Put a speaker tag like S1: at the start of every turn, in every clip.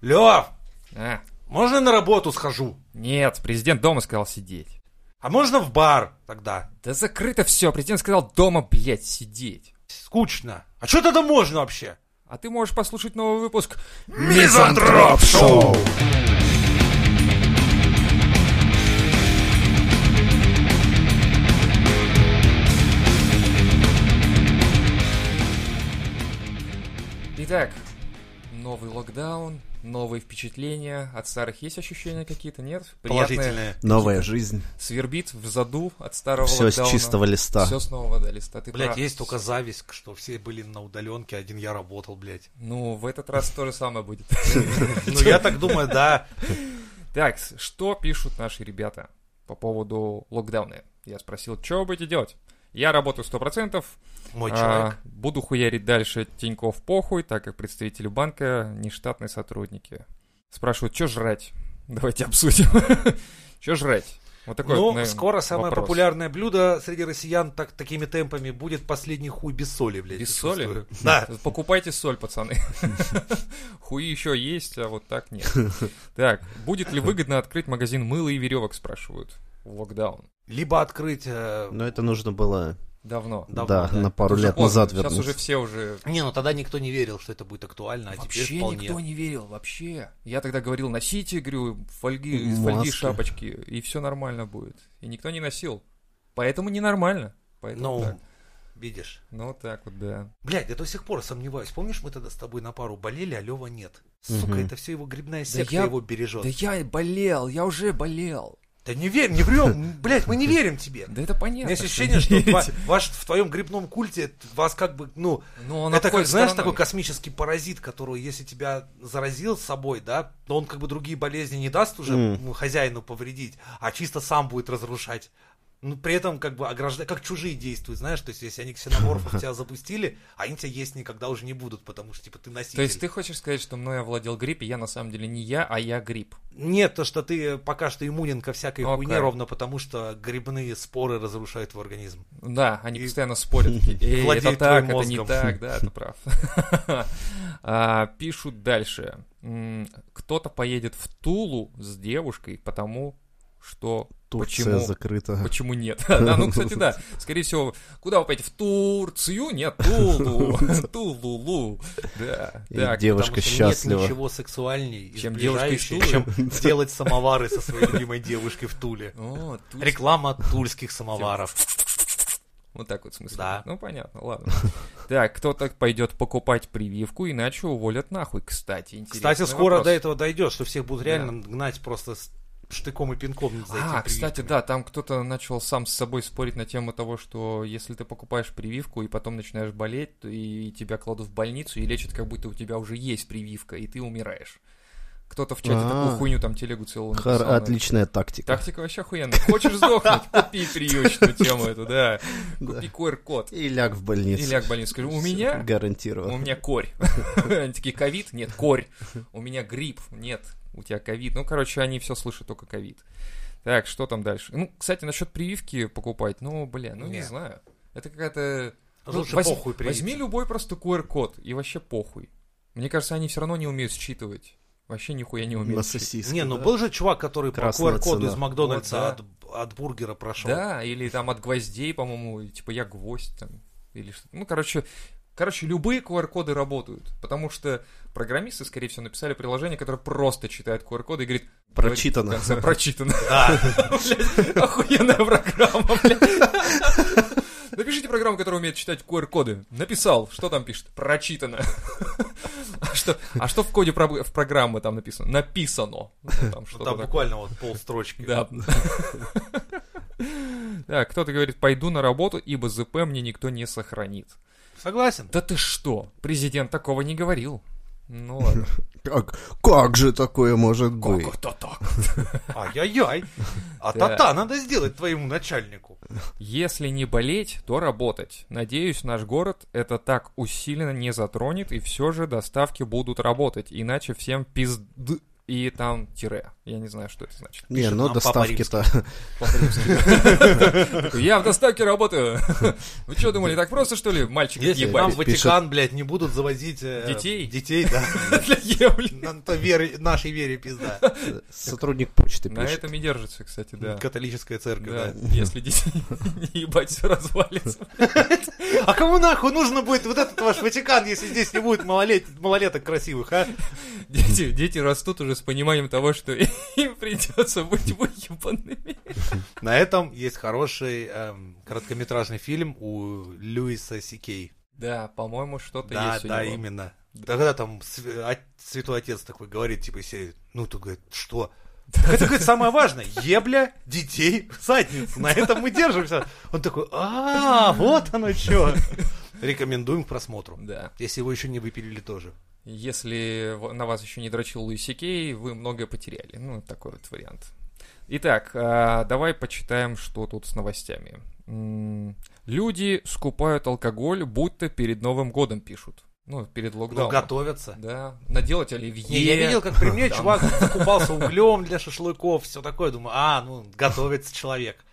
S1: Лев,
S2: А,
S1: можно я на работу схожу?
S2: нет, президент дома сказал сидеть.
S1: А можно в бар тогда?
S2: Да закрыто все, президент сказал дома, блядь, сидеть.
S1: Скучно. А что тогда можно вообще?
S2: А ты можешь послушать новый выпуск
S1: Мизантроп Шоу!
S2: Итак, новый локдаун, новые впечатления. От старых есть ощущения какие-то, нет? Приятные.
S1: Положительное.
S2: Типа,
S3: Новая жизнь.
S2: Свербит в заду от старого
S3: Все с
S2: локдауна.
S3: чистого листа.
S2: Все с нового, да, листа. Ты
S1: Блять,
S2: прав.
S1: есть только зависть, что все были на удаленке, один я работал, блять.
S2: Ну, в этот раз то же самое будет.
S1: Ну, я так думаю, да.
S2: Так, с- что пишут наши ребята по поводу локдауна? Я спросил, что вы будете делать? Я работаю 100%,
S1: Мой
S2: а,
S1: человек.
S2: буду хуярить дальше Тиньков похуй, так как представители банка нештатные сотрудники. Спрашивают, что жрать? Давайте обсудим. Что жрать? Вот такой вот,
S1: Ну,
S2: наверное,
S1: скоро самое
S2: вопрос.
S1: популярное блюдо среди россиян так, такими темпами будет последний хуй без соли, блядь.
S2: Без
S1: я
S2: соли?
S1: чувствую. Да.
S2: Покупайте соль, пацаны. Хуи еще есть, а вот так нет. Так, будет ли выгодно открыть магазин мыла и веревок, спрашивают, в локдаун?
S1: Либо открыть... э,
S2: Ну.
S3: Но это нужно было,
S2: Давно.
S1: Давно,
S3: да,
S1: да.
S3: на пару
S2: Уже
S3: лет
S2: поздно,
S3: назад
S2: Сейчас
S3: вернуться.
S2: уже все уже...
S1: Не, ну тогда никто не верил, что это будет актуально, а теперь
S2: Вообще
S1: вполне.
S2: никто не верил, вообще. Я тогда говорил, носите, говорю, фольги, из
S3: Маски.
S2: фольги шапочки, и все нормально будет. И никто не носил. Поэтому ненормально. Поэтому
S1: Ну,
S2: так.
S1: видишь.
S2: Ну, так вот, да.
S1: Блядь, я до сих пор сомневаюсь. Помнишь, мы тогда с тобой на пару болели, а Лева нет? Сука,
S3: Мгм.
S1: это все его грибная секта
S2: я-
S1: его бережет.
S2: Да я и болел, я уже болел.
S1: Да не верь, не врем, блядь, мы не верим тебе.
S2: Да это
S1: У
S2: понятно.
S1: меня ощущение, что ва- ваш в твоем грибном культе вас как бы, ну,
S2: Ну, он
S1: это
S2: обходит
S1: как, знаешь,
S2: стороной.
S1: такой космический паразит, который, если тебя заразил с собой, да, то он как бы другие болезни не даст уже
S3: Мгм.
S1: ну, хозяину повредить, а чисто сам будет разрушать. Ну, при этом как бы ограждать, как чужие действуют, знаешь, то есть если они ксеноморфов тебя запустили, они тебя есть никогда уже не будут, потому что, типа, ты носитель.
S2: То есть ты хочешь сказать, что мной овладел грипп, и я на самом деле не я, а я грипп.
S1: Нет, то, что ты пока что иммунен ко всякой
S2: Окей.
S1: хуйне, ровно потому что грибные споры разрушают твой организм.
S2: Да, они
S1: И-
S2: постоянно спорят. такие, «Эй, это
S1: Владеют
S2: так,
S1: твоим
S2: это не
S1: мозгом».
S2: так, да, ты прав. А, Пишут дальше. М, Кто-то поедет в Тулу с девушкой, потому что...
S3: Турция
S2: Почему?
S3: закрыта.
S2: Почему нет? Да, ну, кстати, да. Скорее всего, куда вы поедете? В Турцию? Нет, Тулу. Тулулу. Да.
S3: И
S2: Так,
S3: девушка
S1: Потому что
S3: счастлива.
S1: Нет ничего сексуальней, и
S2: Чем девушка из
S1: сближающей, чем делать самовары со своей любимой девушкой в Туле.
S2: о, Турция.
S1: Реклама тульских самоваров.
S2: Вот так вот в смысле.
S1: Да.
S2: Ну, понятно, ладно. Так, кто-то пойдет покупать прививку, иначе уволят нахуй. Кстати, интересно.
S1: Кстати, скоро до этого дойдет, что всех будут реально гнать просто с штыком и пинком за
S2: А,
S1: эти прививки.
S2: кстати, да, там кто-то начал сам с собой спорить на тему того, что если ты покупаешь прививку и потом начинаешь болеть, то и тебя кладут в больницу и лечат, как будто у тебя уже есть прививка, и ты умираешь. Кто-то в чате такую
S3: А.
S2: хуйню там телегу целую
S3: Хор-
S2: написал. на эту
S3: Отличная тактика.
S2: Тактика вообще охуенная. Хочешь сдохнуть? Купи прививочную тему эту, да. Купи QR-код.
S3: И ляг в больницу.
S2: И ляг в больницу. Скажи, у
S3: Всё,
S2: меня У
S3: Гарантированно.
S2: меня корь. Они такие, ковид? Нет, корь. У меня грипп? Нет, у тебя ковид. Ну, короче, они все слышат, только ковид. Так, что там дальше? Ну, кстати, насчет прививки покупать, ну, бля, ну, не
S1: Не.
S2: знаю. Это какая-то... ну,
S1: Лучше
S2: возьми-
S1: похуй привиться.
S2: Возьми любой просто QR-код и вообще похуй. Мне кажется, они все равно не умеют считывать. Вообще нихуя не умеют.
S3: На
S2: считывать.
S3: сосиску.
S1: Не, ну
S3: да.
S1: был же чувак, который по
S3: Красная
S1: QR-коду
S3: цена.
S1: из Макдональдса
S2: Вот,
S1: от, от бургера прошел.
S2: Да, или там от гвоздей, по-моему, типа я гвоздь там, или что-то. Ну, короче, короче, любые QR-коды работают, потому что программисты, скорее всего, написали приложение, которое просто читает QR-коды и говорит... говорит
S3: Прочитано.
S2: в конце, Прочитано.
S1: Да.
S2: Блядь, Охуенная программа, блядь. Напишите программу, которая умеет читать QR-коды. Написал, что там пишет? Прочитано. А что, а что в коде про- в программы там написано? Написано. Ну, там
S1: Ну,
S2: что-то
S1: Там
S2: такое.
S1: буквально вот полстрочки.
S2: Да. Да, кто-то говорит, пойду на работу, ибо ЗП мне никто не сохранит.
S1: Согласен?
S2: Да ты что? Президент такого не говорил. Ну ладно.
S3: Как, как же такое может быть?
S2: Как это так?
S1: Ай-яй-яй. А
S2: Да.
S1: та-та надо сделать твоему начальнику.
S2: Если не болеть, то работать. Надеюсь, наш город это так усиленно не затронет, и все же доставки будут работать, иначе всем пизд... И там тире. Я не знаю, что это значит.
S3: Не,
S1: Пишет
S3: ну
S1: нам Папа
S3: доставки-то.
S2: По-римски. Я в доставке работаю. Вы что думали, так просто, что ли, мальчик
S1: Если нам
S2: ебать?
S1: в Ватикан, блядь, не будут заводить... э,
S2: Детей?
S1: Детей, да.
S2: Для ебли.
S1: На то веры- нашей вере пизда.
S3: Сотрудник почты
S2: На
S3: пишет.
S2: этом и держится, кстати, да.
S1: Католическая церковь, да.
S2: Да, если детей не ебать, все развалится.
S1: А кому нахуй нужно будет вот этот ваш Ватикан, если здесь не будет малолет- малолеток красивых, а?
S2: Дети, дети растут уже с пониманием того, что им придется быть выебанными.
S1: На этом есть хороший эм, короткометражный фильм у Льюиса Сикей.
S2: Да, по-моему, что-то
S1: Да,
S2: есть у
S1: да,
S2: него.
S1: именно. Тогда там св- а- святой отец такой говорит, типа, сидит, ну, ты, говорит, что? Так это, говорит, самое важное. Ебля детей в задницу. На этом мы держимся. Он такой, а вот оно что. Рекомендуем к просмотру.
S2: Да.
S1: Если его еще не выпилили тоже.
S2: Если в- на вас еще не дрочил Луи Сикей, вы многое потеряли. Ну, такой вот вариант. Итак, а, давай почитаем, что тут с новостями. М, Люди скупают алкоголь, будто перед Новым годом пишут. Ну, перед
S1: Ну,
S2: локдауном.
S1: готовятся.
S2: Да, наделать оливье.
S1: Не, я видел, как при мне
S2: Там.
S1: чувак закупался углем для шашлыков, все такое. Думаю, а, ну, готовится человек.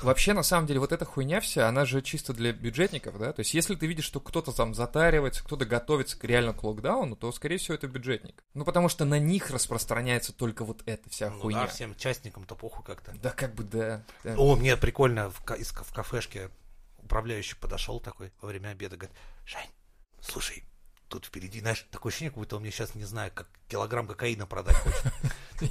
S2: Вообще, на самом деле, вот эта хуйня вся, она же чисто для бюджетников, да? То есть, если ты видишь, что кто-то там затаривается, кто-то готовится к реально к локдауну, то, скорее всего, это бюджетник. Ну, потому что на них распространяется только вот эта вся
S1: Ну
S2: хуйня.
S1: да, всем частникам-то похуй как-то.
S2: Да как бы да. Да.
S1: О, мне прикольно, в, ка- из ка- в кафешке управляющий подошел такой во время обеда, говорит, Жень, слушай, тут впереди, знаешь, такое ощущение, как будто он мне сейчас, не знаю, как килограмм кокаина продать хочет.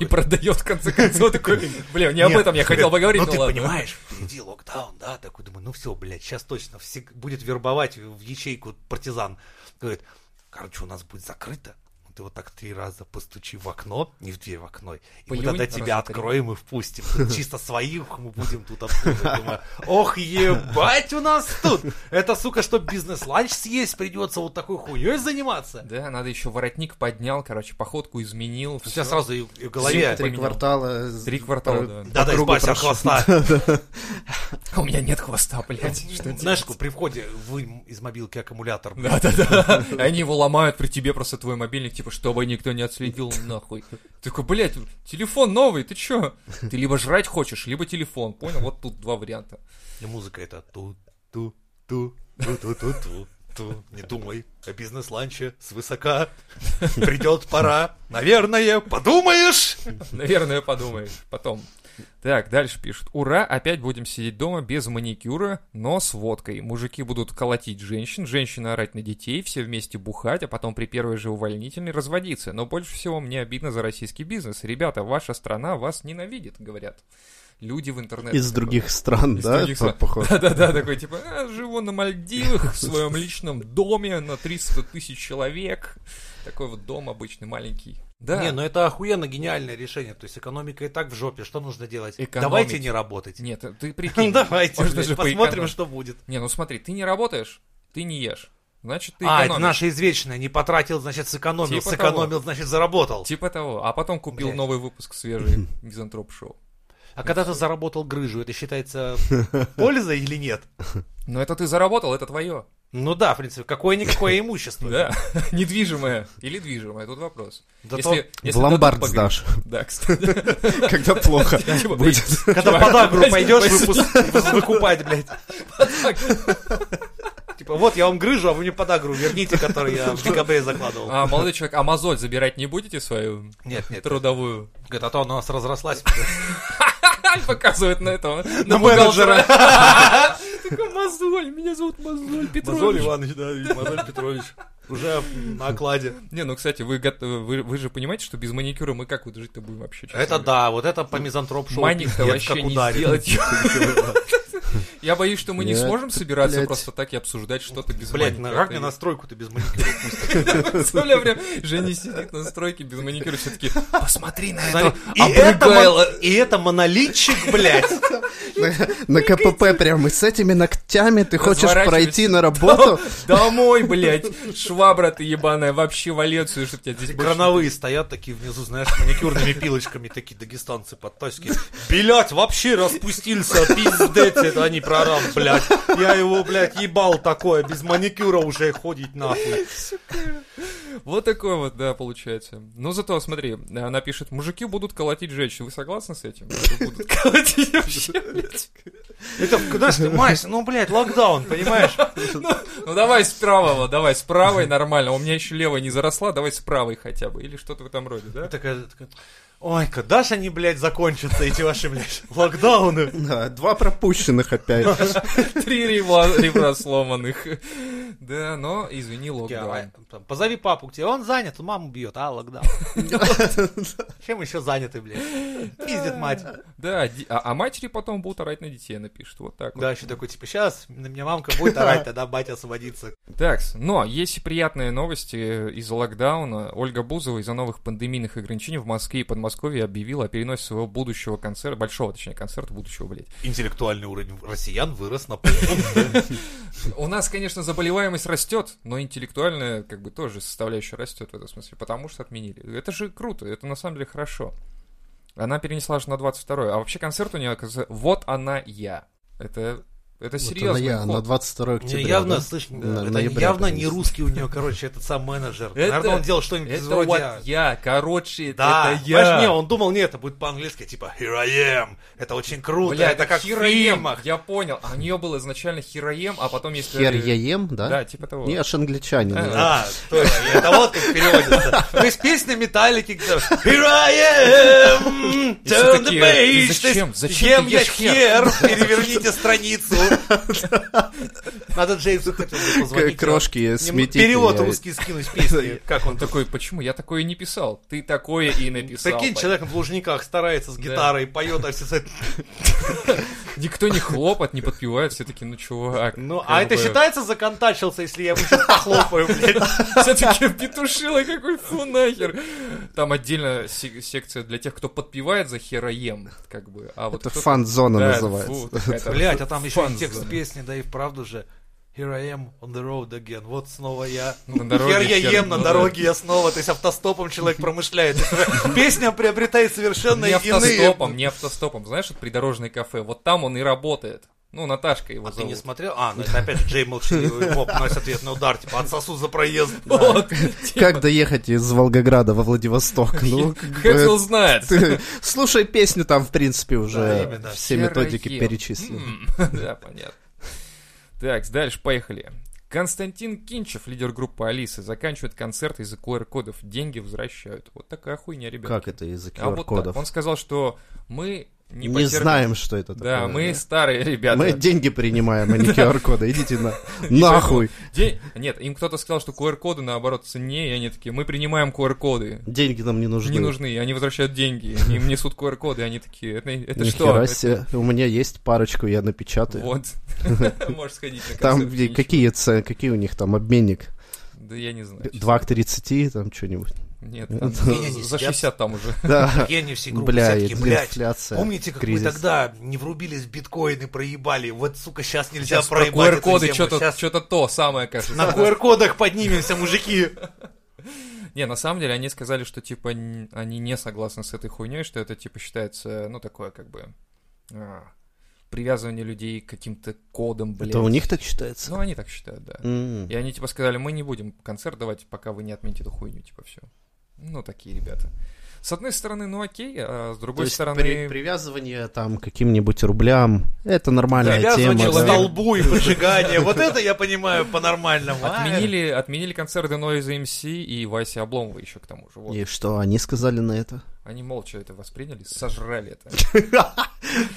S2: И продает в конце концов такой, бля, не об
S1: Нет,
S2: этом я хотел
S1: говорит,
S2: поговорить,
S1: Ну,
S2: ну
S1: ты
S2: ладно.
S1: понимаешь, впереди локдаун, да, такой, думаю, ну все, блядь, сейчас точно всег- будет вербовать в ячейку партизан. Говорит, короче, у нас будет закрыто, ты вот так три раза постучи в окно, не в дверь в окно, и мы
S2: Плюнь
S1: тогда
S2: раза
S1: тебя
S2: три.
S1: откроем и впустим. Тут Чисто своих мы будем тут обслуживать. Думаю, ох, ебать у нас тут! Это, сука, что бизнес-ланч съесть, придется вот такой хуей заниматься.
S2: Да, надо еще воротник поднял, короче, походку изменил.
S1: У
S2: всё.
S1: тебя сразу и и в голове...
S3: Три
S2: поменял.
S3: квартала.
S2: Три квартала, да.
S1: Да-да,
S3: по кругу
S1: избавься от
S3: прошел.
S1: хвоста.
S2: А у меня нет хвоста, блядь, что
S1: Знаешь,
S2: делать?
S1: как при входе вынь из мобилки аккумулятор.
S2: Да-да-да. Они его ломают при тебе, просто твой мобильник, типа, чтобы никто не отследил, нахуй. Ты Такой, блядь, телефон новый, ты чё? Ты либо жрать хочешь, либо телефон, понял? Вот тут два варианта.
S1: И музыка это ту-ту-ту, ту-ту-ту-ту. ту. Не думай о бизнес-ланче свысока. Придет пора. Наверное, подумаешь.
S2: Наверное, подумаешь потом. Так, дальше пишут. Ура, опять будем сидеть дома без маникюра, но с водкой. Мужики будут колотить женщин, женщины орать на детей, все вместе бухать, а потом при первой же увольнительной разводиться. Но больше всего мне обидно за российский бизнес. Ребята, ваша страна вас ненавидит, говорят. Люди в интернете.
S3: Из других стран,
S2: Из
S3: да?
S2: других
S3: по-
S2: стран.
S3: похоже?
S2: Да-да-да, такой типа, «А, живу на Мальдивах в своем личном доме на 300 тысяч человек. Такой вот дом обычный, маленький. Да.
S1: Не, ну это охуенно гениальное решение. То есть экономика и так в жопе. Что нужно делать?
S2: Экономить.
S1: Давайте не работать. Ну,
S2: Нет, ты прикинь.
S1: Давайте,
S2: Можно
S1: блядь,
S2: же
S1: посмотрим,
S2: поэкономить.
S1: что будет.
S2: Не, ну смотри, ты не работаешь, ты не ешь. Значит, ты
S1: А, это
S2: экономишь.
S1: наше извечное. Не потратил, значит, сэкономил.
S2: Типа
S1: сэкономил, значит, заработал.
S2: Типа того. А потом купил
S1: Блядь.
S2: новый выпуск свежий Мизантроп-шоу.
S1: А когда ты заработал грыжу, это считается пользой или нет?
S2: Но это ты заработал, это твое.
S1: Ну да, в принципе, какое-никакое имущество.
S2: Да. Недвижимое или движимое, тут вопрос.
S1: Зато
S3: В
S2: дадут
S3: ломбард
S2: погр-
S3: сдашь,
S2: Да, кстати.
S3: когда плохо
S2: Типа,
S3: будет.
S1: Когда
S2: Чувак,
S1: подагру
S2: блядь,
S1: пойдешь
S2: спасибо.
S1: выпуск- выкупать, блядь. Типа, вот я вам грыжу, а вы мне подагру верните, который я в декабре закладывал.
S2: А, молодой человек, а мозоль забирать не будете свою
S1: Нет, нет.
S2: трудовую?
S1: Говорит, а то она у нас разрослась.
S2: Показывает на этого.
S1: На менеджера.
S2: Такой мозоль, меня зовут мозоль Петрович.
S1: Иванович, да, Мозоль Петрович. Уже на окладе.
S2: Не, ну, кстати, вы, гот- вы, вы же понимаете, что без маникюра мы как вот жить-то будем вообще? честно
S1: Это
S2: говоря?
S1: да, вот это по мизантроп шоу.
S2: Маник-то
S1: пиздец,
S2: вообще
S1: как
S2: не
S1: ударит.
S2: сделать. Я боюсь, что мы не
S3: Блядь,
S2: сможем собираться
S3: блядь.
S2: просто так и обсуждать что-то без
S1: Блять,
S2: маникюра.
S1: как
S2: Ты
S1: мне на стройку-то без маникюра?
S2: представляю, прям Женя сидит на стройке без маникюра, все таки посмотри на
S1: Смотри,
S2: это
S1: И это,
S2: обрыгайло».
S1: мон- и это монолитчик, блядь.
S3: На КПП прям и с этими ногтями ты хочешь
S2: Разворачивайся.
S3: пройти на работу?
S2: Домой, блядь, швабра ты ебаная, вообще в Валенцию, чтоб тебя здесь больше-
S1: Крановые стоят такие внизу, знаешь, с маникюрными пилочками, такие дагестанцы под тачки. Блять, вообще распустился, пиздец, это они прорам, блядь. Я его, блядь, ебал такое, без маникюра уже ходить нахуй.
S2: Вот такой вот, да, получается. Но зато, смотри, она пишет, мужики будут колотить женщин. Вы согласны с этим? Что Будут колотить вообще, блядь?
S1: Это, знаешь, ты, Мась, ну, блядь, локдаун, понимаешь?
S2: Ну давай с правого, давай с правой, нормально. У меня еще левая не заросла, давай с правой хотя бы. Или что-то в этом роде, да?
S1: Такая, такая, ой, когда же они, блядь, закончатся, эти ваши, блядь, локдауны?
S3: Да, два пропущенных опять.
S2: Три ребра, ребра сломанных. Да, но извини,
S1: Я,
S2: локдаун.
S1: а, там, Позови папу к тебе, он занят, маму бьет, а, локдаун. Чем еще заняты, блядь? Пиздит мать.
S2: Да, ди- а, а матери потом будут орать на детей, напишут. Вот так
S1: Да, еще такой, типа, сейчас на меня мамка будет орать, тогда батя освободится.
S2: вот. Так, но есть и приятные новости из локдауна. Ольга Бузова из-за новых пандемийных ограничений в Москве и Подмосковье объявила о переносе своего будущего концерта, большого, точнее, концерта будущего, блядь.
S1: Интеллектуальный уровень россиян вырос на
S3: Типа
S1: полпункта.
S2: У нас, конечно, заболеваемость растет, но интеллектуальная, как бы, тоже составляющая растет в этом смысле, потому что отменили. Это же круто, это на самом деле хорошо. Она перенесла же на 22 А вообще концерт у нее, оказывается, «Вот она я». Это, это
S3: Вот
S2: серьезно.
S3: она я, на 22
S1: Не,
S3: октября.
S1: явно,
S3: да?
S1: слышь, э,
S3: На-
S1: это
S3: ноября
S1: явно не
S3: принесли.
S1: русский у нее, короче, этот сам менеджер.
S2: Это-
S1: Наверное, он делал что-нибудь
S2: Это
S1: из
S2: вот
S1: вроде...
S2: я, короче,
S1: Да,
S2: это
S1: понимаешь,
S2: я.
S1: не, он думал, нет, это будет по-английски, типа, here I am, это очень круто,
S2: Бля,
S1: это как в
S2: Хироем,
S1: фильмах.
S2: Я понял. А у нее было изначально Хироем, а потом если...
S3: Хер я ем, да?
S2: Да, типа того.
S3: Не, аж англичанин.
S2: А,
S3: да.
S1: А, точно, это вот как переводится. То есть песня Металлики, где Here I am,
S2: И все
S1: turn the
S2: такие,
S1: page.
S2: «Ты зачем?
S1: То есть,
S2: Зачем
S1: ем
S2: ты
S1: я
S2: ешь хер?»
S1: хер? Переверните страницу. Надо Джеймсу Хэтфилду позвонить.
S3: К- крошки,
S1: Нем-
S3: сметите.
S1: Перевод
S3: я-
S1: русский скинуть песни. Как он
S2: Он такой, почему? Я такое не писал. Ты такое и написал.
S1: Прикинь,
S2: блядь.
S1: человек в Лужниках старается с гитарой, поет, а все с этим.
S2: Никто не хлопает, не подпевает, все таки ну, чувак.
S1: Ну,
S2: как
S1: а это
S2: бы,
S1: считается законтачился, если я ему сейчас похлопаю, блядь?
S2: Все-таки петушила, какой фу нахер. Там отдельно се- секция для тех, кто подпевает за хероем, как бы. А вот
S3: Это
S2: кто-то-
S3: фан-зона
S2: Да,
S3: называется.
S2: фу, какая-то
S1: Блять, а там еще и
S2: фан-зона.
S1: текст песни, да и вправду же. Here I am on the road again. Вот снова я.
S2: Ну, на дороге
S1: Хер я
S2: хер,
S1: ем
S2: ну
S1: на
S2: да.
S1: дороге, я снова. То есть автостопом человек промышляет. Песня приобретает совершенно
S2: Не
S1: иные...
S2: автостопом, не автостопом. Знаешь, это придорожное кафе. Вот там он и работает. Ну, Наташка его
S1: А ты не
S2: зовут.
S1: смотрел? А, ну это опять же Джей Молчаливый Боб наносит ответный удар, типа отсосу за проезд.
S2: Вот,
S3: Как доехать из Волгограда во Владивосток? Ну, как бы,
S2: Хэтфилд знает.
S3: ты слушай песню, там, в принципе,
S1: Да,
S3: уже
S1: именно.
S3: все методики
S2: Хероем.
S3: перечислены.
S2: М, Да, понятно. Так, дальше поехали. Константин Кинчев, лидер группы Алисы, заканчивает концерт из-за QR-кодов. Деньги возвращают. Вот такая хуйня, ребят.
S3: Как это из
S2: А вот так.
S3: QR-кодов?
S2: Он сказал, что мы не,
S3: Не
S2: потерпим-
S3: знаем, что это такое.
S2: Да, мы старые ребята.
S3: Мы деньги принимаем, а не QR-коды. Идите на... нахуй.
S2: День- Нет, им кто-то сказал, что QR-коды наоборот ценнее, и они такие, мы принимаем QR-коды.
S3: Деньги нам не нужны.
S2: Не нужны, и они возвращают деньги, и им несут QR-коды, и они такие, это, это что?
S3: Нихера
S2: Это-
S3: себе. У меня есть парочку, я напечатаю.
S2: Вот. Можешь сходить на концерт.
S3: Там где-
S2: Кинчева.
S3: какие, ц- какие у них там обменник?
S2: Да я не знаю.
S3: 2 к 30, там что-нибудь.
S2: Нет, там
S3: Нет.
S1: Не, не, не,
S2: за за
S1: сидят.
S2: 60 там уже.
S3: Да.
S1: Я не все группы,
S3: Бля,
S1: все такие,
S3: и
S1: блядь,
S3: инфляция.
S1: Помните, как
S3: кризис.
S1: мы тогда не врубились в биткоины, проебали? Вот, сука, сейчас нельзя
S2: Сейчас про
S1: проебать эту
S2: QR-коды
S1: тему.
S2: что-то
S1: Щас
S2: что-то то самое, кажется.
S1: на QR-кодах поднимемся, мужики.
S2: Не, на самом деле они сказали, что типа н- они не согласны с этой хуйней, что это типа считается, ну, такое как бы а, привязывание людей к каким-то кодам, блядь.
S3: Это у них так считается?
S2: Ну, они так считают, да.
S3: М.
S2: И они типа сказали, мы не будем концерт давать, пока вы не отмените эту хуйню, типа все. Ну, такие ребята. С одной стороны, ну окей, а с
S3: То
S2: другой
S3: есть
S2: стороны...
S3: при- привязывание там к каким-нибудь рублям, это нормальная тема.
S1: Привязывание к
S3: да.
S2: человека.
S1: столбу и поджигание. Вот это я понимаю по-нормальному. а?
S2: Отменили, отменили концерты Noise MC и Васи Обломова еще к тому же. Вот.
S3: И что они сказали на это?
S2: Они молча это восприняли, сожрали это.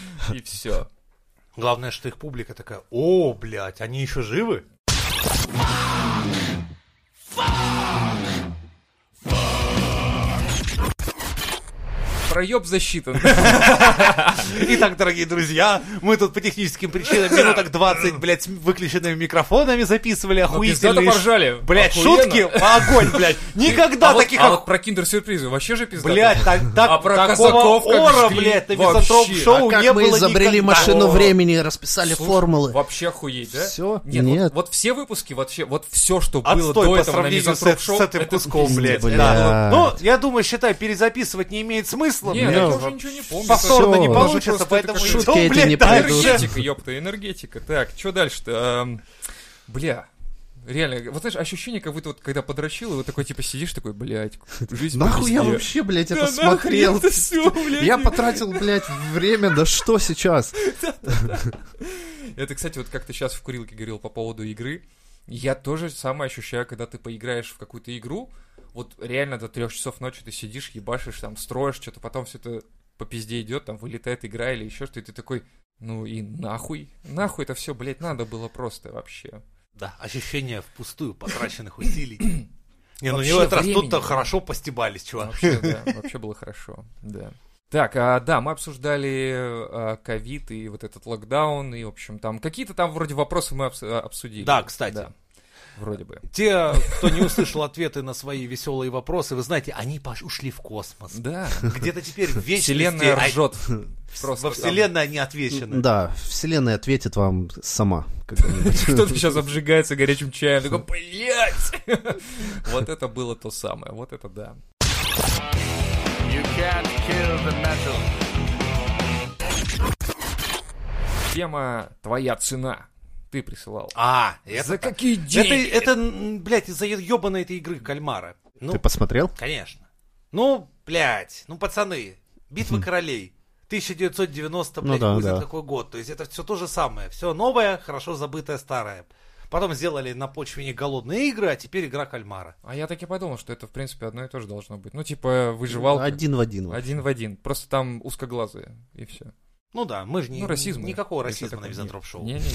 S2: И все.
S1: Главное, что их публика такая, о, блядь, они еще живы?
S2: Проеб засчитан.
S1: Итак, дорогие друзья, мы тут по техническим причинам минуток 20, блядь, с выключенными микрофонами записывали
S2: Но ну, пиздато
S1: охуительные... ш-
S2: поржали.
S1: Блядь,
S2: Охуенно.
S1: шутки, огонь, блядь.
S2: А
S1: Никогда
S2: вот-
S1: таких
S2: а
S1: оху-
S2: вот про киндер-сюрпризы вообще же пиздато.
S1: Блять, так, так,
S2: А про
S1: такого
S2: казаков как
S1: ора,
S2: жгли
S1: блядь, на
S2: вообще.
S1: мизантроп шоу
S2: Ну,
S3: а как
S1: не
S3: мы
S1: было
S3: изобрели
S1: никогда.
S3: машину
S2: О.
S3: времени, расписали
S2: Слушай,
S3: формулы?
S2: Вообще охуеть, да?
S3: Всё?
S2: Нет.
S3: Нет.
S2: Вот, вот все выпуски, вообще, вот все, что было
S1: Отстой
S2: до
S1: по
S2: этого на
S1: сравнению с,
S2: Мизантроп
S1: эт-
S2: Шоу,
S1: с этим
S2: это
S1: куском,
S3: пиздец,
S1: блядь.
S3: блядь.
S1: Да. Ну, я думаю, считай, перезаписывать не имеет смысла.
S2: Нет,
S1: блядь.
S2: я
S3: Ну,
S2: уже ничего не помню.
S1: Повторно
S3: Всё.
S1: не
S3: Ну,
S1: получится,
S2: просто
S1: поэтому
S2: это
S1: и-
S3: шутки
S1: Ну,
S3: эти
S1: блядь,
S3: не
S1: дальше.
S3: придут.
S2: Энергетика, ёпта, энергетика. Так, что дальше-то? Эм, Бля, Реально, вот знаешь, ощущение, как будто вот когда подрочил, и вот такой типа сидишь такой, блядь, жизнь по
S3: Нахуй я
S2: пизде».
S3: вообще, блядь, это
S2: Да нахрен
S3: смотрел?
S2: это всё, блядь.
S3: Я потратил, блядь, время, да что сейчас?
S2: Это, кстати, вот как ты сейчас в курилке говорил по поводу игры. Я тоже самое ощущаю, когда ты поиграешь в какую-то игру, вот реально до трех часов ночи ты сидишь, ебашишь, там строишь что-то, потом все это по пизде идет, там вылетает игра или еще что-то, и ты такой, ну и нахуй, нахуй это все, блядь, надо было просто вообще.
S1: Да, ощущение впустую потраченных усилий. Не, ну
S2: Вообще
S1: не в этот раз
S2: времени.
S1: тут-то хорошо постебались, чувак.
S2: Вообще, да, вообще было хорошо, да. Так, а, да, мы обсуждали а, ковид и вот этот локдаун, и, в общем, там какие-то там вроде вопросы мы обс- а, обсудили.
S1: Да, кстати.
S2: вроде бы.
S1: Те, кто не услышал ответы на свои веселые вопросы, вы знаете, они пош- ушли в космос.
S2: Да,
S1: Где-то теперь в вечности,
S2: вселенная
S1: а-
S2: ржет.
S1: Во
S2: Просто
S1: вселенной они отвечены.
S3: Да, вселенная ответит вам сама когда-нибудь.
S2: Кто-то сейчас обжигается горячим чаем, такой, блядь! Вот это было то самое, вот это да.
S4: You can't kill the metal.
S2: Тема «Твоя цена» ты присылал.
S1: А, это...
S2: За какие
S1: Это,
S2: деньги?
S1: это, м, блядь, из-за ебаной этой игры кальмара. Ну,
S3: Ты посмотрел?
S1: конечно. Ну, блядь, ну, пацаны, битва королей. 1990,
S3: Хм. Ну
S1: блядь,
S3: да,
S1: хуй знает
S3: да.
S1: какой год. То есть это все то же самое. Все новое, хорошо забытое старое. Потом сделали на почве не голодные игры, а теперь игра кальмара.
S2: А я так и подумал, что это, в принципе, одно и то же должно быть. Ну, типа, выживал
S3: Один в один.
S2: один в один. Просто там узкоглазые, и все.
S1: Ну да, мы же не,
S2: Ну, расизм.
S1: никакого
S2: Если
S1: расизма на
S2: такое-
S1: Мизантроп-шоу.
S2: Не-не-не.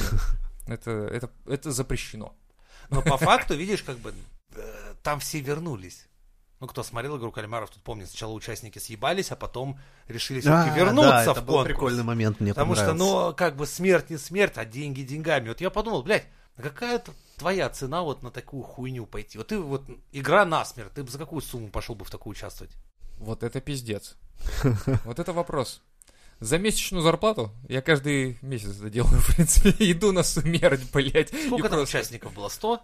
S2: Это, это, это запрещено.
S1: Но по факту, видишь, как бы э, там все вернулись. Ну, кто смотрел игру кальмаров, тут помнит, сначала участники съебались, а потом решили все-таки
S3: А,
S1: вернуться
S3: да,
S1: в
S3: это был
S1: конкурс.
S3: прикольный момент, мне
S1: Потому что,
S3: понравился.
S1: ну, как бы смерть не смерть, а деньги деньгами. Вот я подумал, блядь, а какая т- твоя цена вот на такую хуйню пойти? Вот ты вот, игра на смерть, ты бы за какую сумму пошел бы в такую участвовать?
S2: Вот это пиздец. Вот это вопрос. За месячную зарплату я каждый месяц это делаю, в принципе. Иду на сумерть, блять.
S1: Сколько там участников было? 100?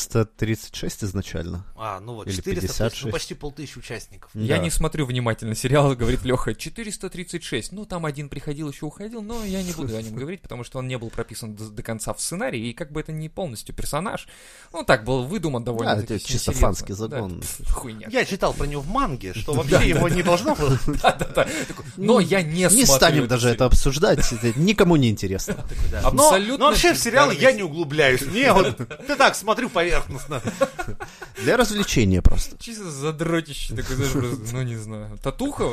S3: 436 изначально.
S1: А, ну вот,
S3: Или
S1: 400, то есть, ну
S3: 56.
S1: почти полтысячи участников.
S2: Я
S3: Да.
S2: не смотрю внимательно сериал, говорит Леха. 436. Ну, там один приходил, еще уходил, но я не буду о нем говорить, потому что он не был прописан до, до конца в сценарии, и как бы это не полностью персонаж. Ну, так был выдуман довольно.
S3: Да, это чисто фанский загон.
S2: Хуйня.
S1: Я читал про него в манге, что вообще его не должно было
S2: Да-да-да. Такой, Но я не
S3: Не
S2: смотрю
S3: станем
S2: этот
S3: даже
S2: сериал.
S3: это обсуждать, это никому не интересно.
S1: Но-
S2: Абсолютно
S1: Но, вообще в сериалы я
S2: бездарный
S1: не углубляюсь. Не, вот ты так смотрю поверхностно.
S3: Для развлечения просто.
S2: Чисто задротище такой, знаешь, просто, ну не знаю. Татуха?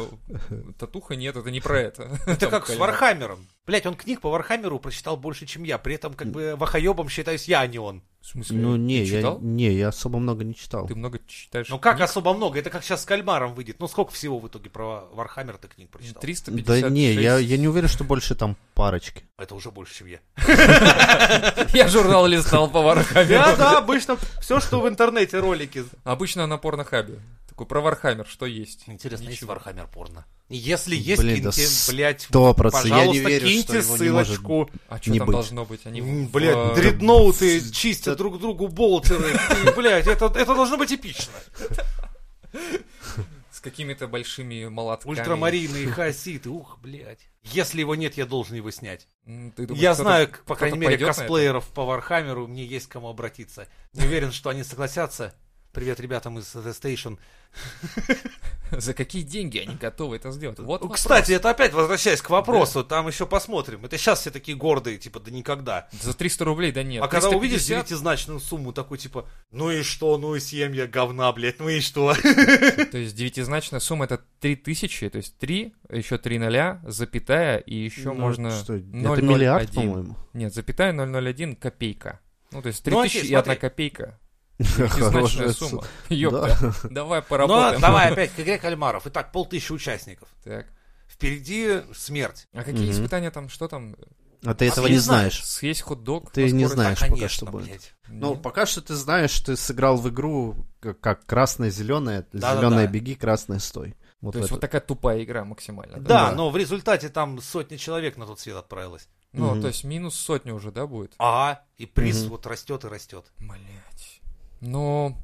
S2: Татуха нет, это не про это.
S1: Это
S2: Там
S1: как с
S2: кальмар.
S1: Вархаммером. Блять, он книг по Вархаммеру прочитал больше, чем я. При этом как бы вахаебом считаюсь я, а не он.
S2: В смысле?
S3: Ну
S2: ты
S3: не, я,
S2: читал?
S3: не, я особо много не читал.
S2: Ты много читаешь?
S1: Ну как
S2: книг?
S1: особо много? Это как сейчас с Кальмаром выйдет. Ну сколько всего в итоге про Вархаммер ты книг прочитал?
S2: 356.
S3: Да не, я, я не уверен, что больше там парочки.
S1: Это уже больше, чем я.
S2: Я журнал листал по
S1: Да,
S2: Вархаммеру.
S1: да, обычно все, что в интернете, ролики.
S2: Обычно на порнохабе. Такой про Вархаммер, что есть?
S1: Интересно, есть
S2: Ничего.
S1: Вархаммер порно? Если есть,
S3: Блин, да
S1: киньте,
S3: сто
S1: блядь,
S3: процентов. Я не
S1: пожалуйста,
S3: верю, что
S1: киньте
S3: его не может
S1: ссылочку.
S2: А что
S3: Не
S2: там
S3: быть. э,
S2: должно быть? Они
S1: М,
S2: в- э,
S1: Блядь,
S2: в-
S1: дредноуты чистят друг другу болтеры. И, Блядь, это, это должно быть эпично.
S2: с какими-то большими молотками.
S1: Ультрамарийные хаоситы, ух, блядь. Если его нет, я должен его снять.
S2: М, ты думаешь,
S1: я
S2: кто-то-
S1: знаю, по крайней
S2: кто-то
S1: мере,
S2: пойдет на это?
S1: косплееров по Вархаммеру, мне есть к кому обратиться. Не уверен, что они согласятся. Привет ребятам из The Station.
S2: За какие деньги они готовы это сделать? Вот вопрос.
S1: Ну, Кстати, это опять возвращаясь к вопросу, там еще посмотрим. Это сейчас все такие гордые, типа, да никогда.
S2: За 300 рублей, да нет.
S1: а когда увидишь
S2: 350,
S1: девятизначную сумму, такой типа, ну и что, ну и съем я говна, блядь, ну и что?
S2: То есть девятизначная сумма это 3000, то есть 3, еще 3 ноля, запятая, и еще
S3: Ну,
S2: можно...
S3: что, это
S2: 001.
S3: миллиард, по-моему.
S2: Нет, запятая 001 копейка. Ну, то есть
S1: Ну,
S2: 3000
S1: окей,
S2: и одна
S1: смотри.
S2: копейка.
S3: Хорошая
S2: Девятизначная
S3: сумма.
S2: сумма. Ёпта. Давай поработаем.
S1: Ну, давай опять к игре кальмаров. Итак, полтысячи участников.
S2: Так.
S1: Впереди смерть.
S2: А какие
S3: Мгм.
S2: испытания там? Что там?
S3: А ты этого
S1: ты
S3: не
S1: не
S3: знаешь.
S2: Съесть хот-дог?
S3: Ты не
S2: поскорее-
S3: знаешь
S1: Да,
S3: пока что будет.
S1: блядь.
S3: Ну,
S2: Нет.
S3: пока что ты знаешь, ты сыграл в игру к- как красное-зеленое,
S1: Да-да-да.
S3: зеленое беги, красное стой. Вот
S2: То есть
S3: это.
S2: вот такая тупая игра максимально.
S1: Да,
S3: Да.
S1: но в результате там сотни человек на тот свет отправилось.
S2: Ну,
S3: Мгм.
S2: то есть минус сотня уже, да, будет?
S1: Ага, А, и приз
S3: Мгм.
S1: вот растет и растет.
S2: Блять. Ну,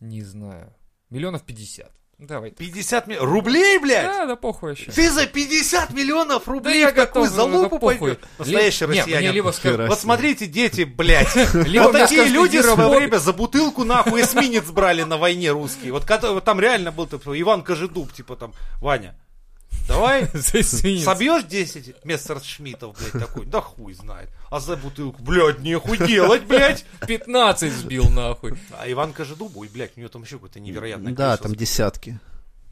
S2: не знаю. Миллионов пятьдесят. Давай.
S1: 50 миллионов. Рублей, блядь!
S2: Да, да похуй вообще.
S1: Ты за 50 миллионов
S2: Да
S1: рублей
S2: я
S1: в какую
S2: готов, да
S1: залупу
S2: похуй.
S1: пойдешь?
S2: Либо-
S1: Настоящий
S2: не,
S1: россиянин.
S2: мне либо скажут,
S3: Хера.
S1: Вот смотрите, дети, блядь.
S2: Либо
S1: Вот
S2: мне
S1: такие
S2: скажут,
S1: люди
S2: иди
S1: в свое
S2: работай.
S1: время за бутылку нахуй эсминец брали на войне русские. Вот когда- вот там реально был типа, Иван Кожедуб, типа там, Ваня, давай
S2: за эсминец.
S1: собьешь 10 Мессершмиттов, блядь, такой, да хуй знает. А за бутылку, блядь, нехуй делать, блядь.
S2: 15 сбил нахуй.
S1: А Иван Кожедуб, ой, блядь, у него там еще какое-то невероятное
S3: Да,
S1: количество
S3: там десятки.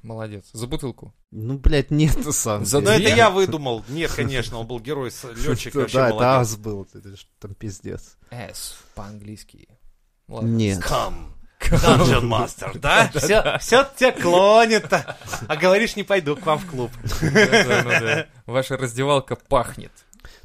S2: Молодец. За бутылку.
S3: Ну, блядь, нет, на самом
S2: За-
S1: Но
S3: деле.
S1: ну, это
S2: Две?
S1: я выдумал. Нет, конечно, он был герой, летчик
S3: Да,
S1: вообще
S3: это
S1: молодец.
S3: ас был. это ж Там пиздец.
S2: S по-английски. Ладно.
S3: Нет.
S1: Come, Dungeon Master, да? Все, тебя клонит, а говоришь, не пойду к вам в клуб.
S2: Да, да, ну да. Ваша раздевалка пахнет.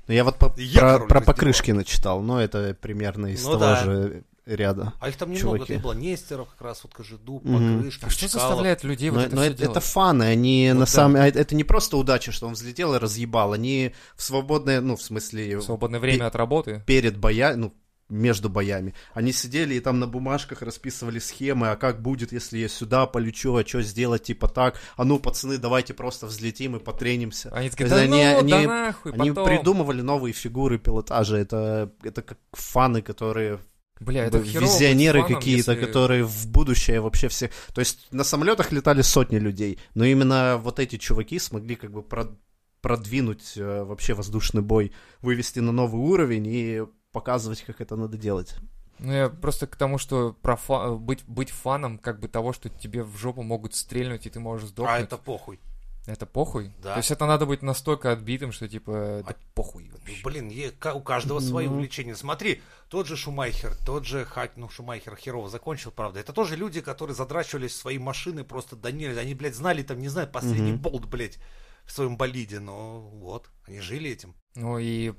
S3: Ну, я вот по-
S1: Я,
S3: про,
S1: король,
S3: про
S1: раздевал.
S3: Покрышкина читал, но это примерно из
S1: Ну
S3: того
S1: да.
S3: же ряда.
S1: А их там немного,
S3: Чуваки.
S1: это было Нестеров, как раз вот Кожедуб,
S3: Мгм.
S1: Покрышкин,
S2: А что
S1: Чкалов.
S2: заставляет людей вот
S3: Но-
S2: это
S3: но
S2: все
S3: это, это
S2: делать?
S3: фаны, они
S2: Вот
S3: на
S2: да.
S3: самом... а Это не просто удача, что он взлетел и разъебал, они в свободное, ну, в смысле,
S2: В Свободное время от работы.
S3: перед боями, ну, между боями. Они сидели и там на бумажках расписывали схемы, а как будет, если я сюда полечу, а что сделать, типа так. А ну, пацаны, давайте просто взлетим и потренимся.
S2: Они
S3: То
S2: такие,
S3: есть
S2: да
S3: они-
S2: ну, да
S3: они-
S2: нахуй,
S3: Они
S2: потом.
S3: придумывали новые фигуры пилотажа. Это, это как фаны, которые
S2: Бля, это
S3: как бы
S2: Э, херово быть
S3: визионеры
S2: фаном,
S3: какие-то,
S2: если-
S3: которые в будущее вообще все. То есть на самолетах летали сотни людей, но именно вот эти чуваки смогли как бы прод- продвинуть э, вообще воздушный бой, вывести на новый уровень и показывать, как это надо делать.
S2: Ну, я просто к тому, что про фа- быть, быть фаном как бы того, что тебе в жопу могут стрельнуть, и ты можешь
S1: А
S2: сдохнуть.
S1: это похуй.
S2: Это похуй?
S1: Да.
S2: То есть это надо быть настолько отбитым, что типа, да
S3: А
S2: похуй
S1: Ну,
S2: вообще.
S1: Блин, е- ка- у каждого свое
S3: Ну.
S1: увлечение. Смотри, тот же Шумайхер, тот же Хать, ну Шумайхер херово закончил, правда. Это тоже люди, которые задрачивались в свои машины просто до нельзя. Они, блядь, знали там, не знаю, последний
S3: Мгм.
S1: болт, блядь, в своем болиде. Но вот, они жили этим.
S2: Ну и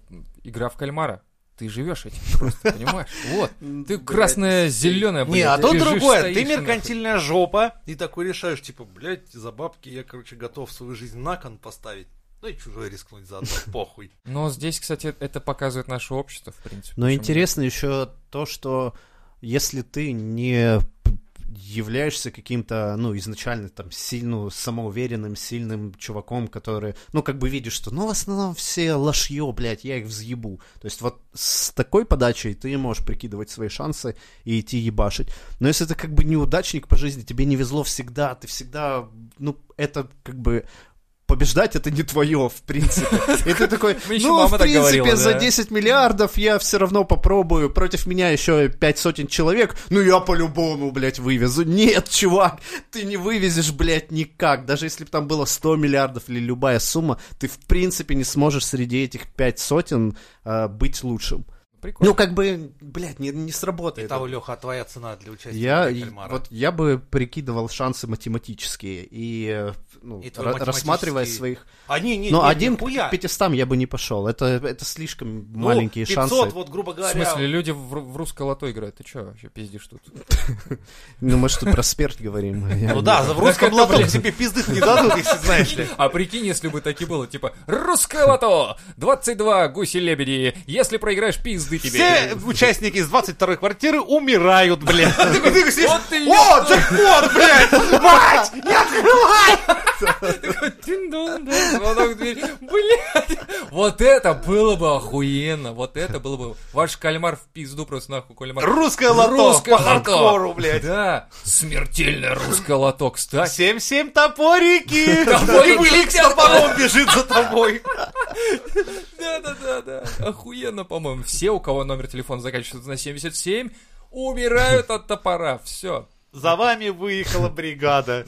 S2: игра в кальмара. Ты живешь этим просто, понимаешь? Вот. Ты красная, зеленая,
S1: Не, а то другое. Ты
S2: меркантильный.
S1: меркантильная жопа, и такой решаешь, типа, блядь, за бабки я, короче, готов свою жизнь на кон поставить. Ну и чужой рискнуть заодно, похуй.
S2: Но здесь, кстати, это показывает наше общество, в принципе.
S3: Но
S2: Почему
S3: интересно еще то, что если ты не являешься каким-то, ну, изначально там сильным, самоуверенным, сильным чуваком, который, ну, как бы видишь, что, ну, в основном все лошье, блядь, я их взъебу. То есть вот с такой подачей ты можешь прикидывать свои шансы и идти ебашить. Но если ты как бы неудачник по жизни, тебе не везло всегда, ты всегда, ну, это как бы побеждать это не твое, в принципе. И ты такой,
S2: Мне ещё
S3: ну,
S2: мама
S3: в
S2: так говорила,
S3: принципе, за
S2: да.
S3: 10 миллиардов я все равно попробую. Против меня еще пять сотен человек. Ну, я по-любому, блядь, вывезу. Нет, чувак, ты не вывезешь, блядь, никак. Даже если бы там было 100 миллиардов или любая сумма, ты, в принципе, не сможешь среди этих пять сотен э, быть лучшим.
S2: Прикольно.
S3: Ну, как бы, блядь, не, не сработает.
S1: Итого, Леха, а твоя цена для участия
S3: Я,
S1: в «Игре
S3: и-
S1: кальмара»?
S3: вот я бы прикидывал шансы математические и, э, ну,
S1: И
S3: ра-
S1: твои
S3: рассматривая
S1: математические-
S3: своих
S1: А не, не,
S3: но
S1: не,
S3: ну, один
S1: нихуя.
S3: к 500 я бы не пошел. Это, это слишком
S1: Ну,
S3: маленькие
S1: 500,
S3: шансы.
S1: вот, грубо
S2: В
S1: говоря.
S2: смысле, люди в, ру- в русское лото играют. Ты что вообще пиздишь тут?
S3: Ну, мы что, про смерть говорим. Я
S1: Ну
S3: не-
S1: да, в русском
S2: это,
S1: лото
S2: блядь.
S1: тебе пиздых не дадут, если знаешь ли.
S2: А прикинь, если бы таки было, типа, русское лото, 22 гуси-лебеди, если проиграешь, пизды
S1: Все
S2: тебе.
S1: участники из 22-й квартиры умирают, блядь. Ты такой, ты такой сидишь,
S2: Вот ты
S1: О, джекпот, блядь! Мать! Я открываю!
S2: Тин-дун, да, звонок в дверь. Блядь, вот это было бы охуенно, вот это было бы... Ваш кальмар в пизду просто нахуй, кальмар.
S1: Русское лото
S2: Русское
S1: по
S2: лото.
S1: хардкору, блядь.
S2: Да, смертельное русское лото, кстати.
S1: Семь-семь топорики!
S2: Топорики
S1: И Блик с
S2: летят.
S1: топором бежит за тобой.
S2: Да-да-да-да, охуенно, по-моему. Все, у кого номер телефона заканчивается на 77, умирают от топора, все.
S1: За вами выехала бригада.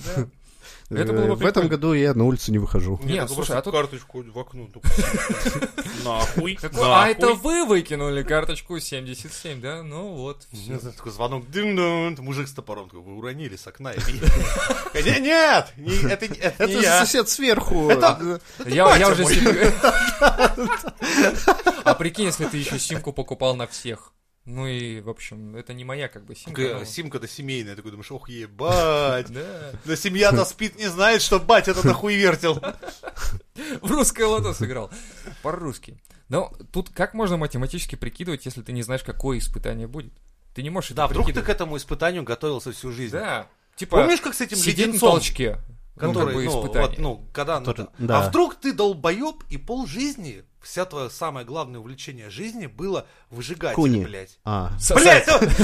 S2: Это было бы
S3: Э, в этом
S2: прикольно.
S3: году я на улицу не выхожу.
S2: Не, слушай, а тут-
S1: карточку в окно. Нахуй.
S2: Такой, а это вы выкинули карточку 77, да? Ну вот. всё.
S1: Не знаю, такой звонок, дым мужик с топором, такой, вы уронили с окна. Хотя нет, не- это не- это не
S3: Это
S1: я.
S3: сосед сверху.
S2: Я, я
S1: батя
S2: уже
S1: мой.
S2: сим- А прикинь, если ты еще симку покупал на всех. Ну и, в общем, это не моя как бы симка.
S1: Такая
S2: но-
S1: Симка-то семейная, такой думаешь, ох, ебать.
S2: Да.
S1: Но семья-то спит, не знает, что батя это нахуй вертел.
S2: В русское лото сыграл. По-русски. Но тут как можно математически прикидывать, если ты не знаешь, какое испытание будет? Ты не можешь это
S1: Да, А вдруг ты к
S2: прикидывать.
S1: этому испытанию готовился всю жизнь.
S2: Да. Типа,
S1: Помнишь, как с этим
S2: сидеть на
S1: леденцом,
S2: толчке,
S1: который,
S2: ну, как бы
S1: ну,
S2: испытание.
S1: вот, ну, когда, ну,
S3: Который-
S1: да.
S3: да.
S1: А вдруг ты долбоеб, и пол жизни, вся твое самое главное увлечение жизни было выжигать,
S3: Куни.
S1: блядь.
S3: А,
S1: Блядь,
S2: Сосать,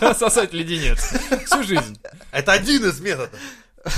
S1: ну,
S2: сосать леденец всю жизнь.
S1: это один из методов.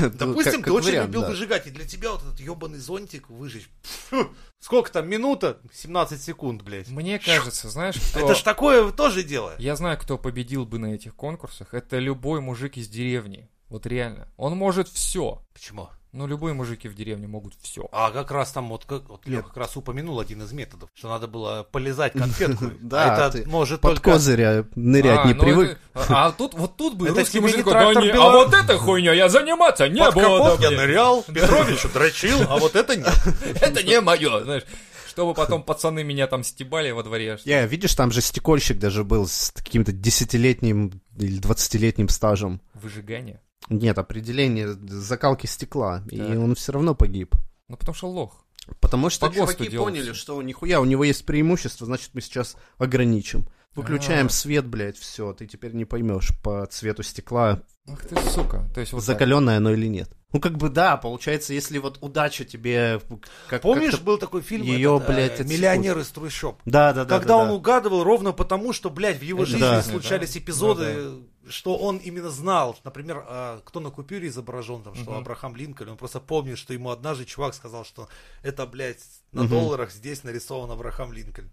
S1: Допустим,
S3: Ну, как-
S1: ты
S3: как
S1: очень
S3: вариант,
S1: любил
S3: да.
S1: выжигать, и для тебя вот этот ебаный зонтик выжечь. Фу. Сколько там, минута? 17 секунд, блядь.
S2: Мне кажется, знаешь, кто...
S1: Это ж такое тоже дело.
S2: Я знаю, кто победил бы на этих конкурсах. Это любой мужик из деревни. Вот реально. Он может все.
S1: Почему?
S2: Но любые мужики в деревне могут все.
S1: А как раз там, вот, как, вот Лёха
S3: Нет.
S1: как раз упомянул один из методов, что надо было полезать конфетку.
S3: Да,
S1: А это
S3: ты
S1: может
S3: Под
S1: только...
S3: козыря нырять
S2: А,
S3: не
S2: ну
S3: привык.
S2: это- а тут вот тут бы
S1: Это
S2: русский
S1: тебе
S2: мужик
S1: не
S2: такой,
S1: трактор
S2: «Да не, а
S1: Беларусь».
S2: вот эта хуйня я заниматься не
S1: Под
S2: буду.
S1: капот я
S2: блин.
S1: нырял, Петровичу дрочил, а вот это нет.
S2: Это не мое, знаешь. Чтобы потом пацаны меня там стебали во дворе. что-
S3: Я, видишь, там же стекольщик даже был с каким-то десятилетним или двадцатилетним стажем.
S2: Выжигание.
S3: Нет, определение закалки стекла. И
S2: Так.
S3: он все равно погиб.
S2: Ну потому что лох.
S3: Потому что
S2: По ГОСТу
S3: чуваки
S2: делал
S3: поняли,
S2: всё.
S3: что нихуя, у него есть преимущество, значит, мы сейчас ограничим. Выключаем
S2: А.
S3: свет, блядь, все, ты теперь не поймешь по цвету стекла,
S2: Ах ты сука. То есть вот так.
S3: закаленное оно или нет. Ну, как бы да, получается, если вот удача тебе... Как,
S1: Помнишь,
S3: как-то-
S1: был такой фильм
S3: её,
S1: этот, э,
S3: блядь, отсекут.
S1: «Миллионер из трущоб»?
S3: Да, да, да.
S1: Когда
S3: да,
S1: он
S3: да.
S1: угадывал ровно потому, что, блядь, в его
S3: Это
S1: жизни
S3: да. Ну
S1: случались эпизоды, что он именно знал. Например, а, кто на купюре изображен, там, что
S2: Мгм.
S1: Абрахам Линкольн, он просто помнит, что ему однажды чувак сказал, что это, блядь, на
S3: Мгм.
S1: долларах здесь нарисован Абрахам Линкольн.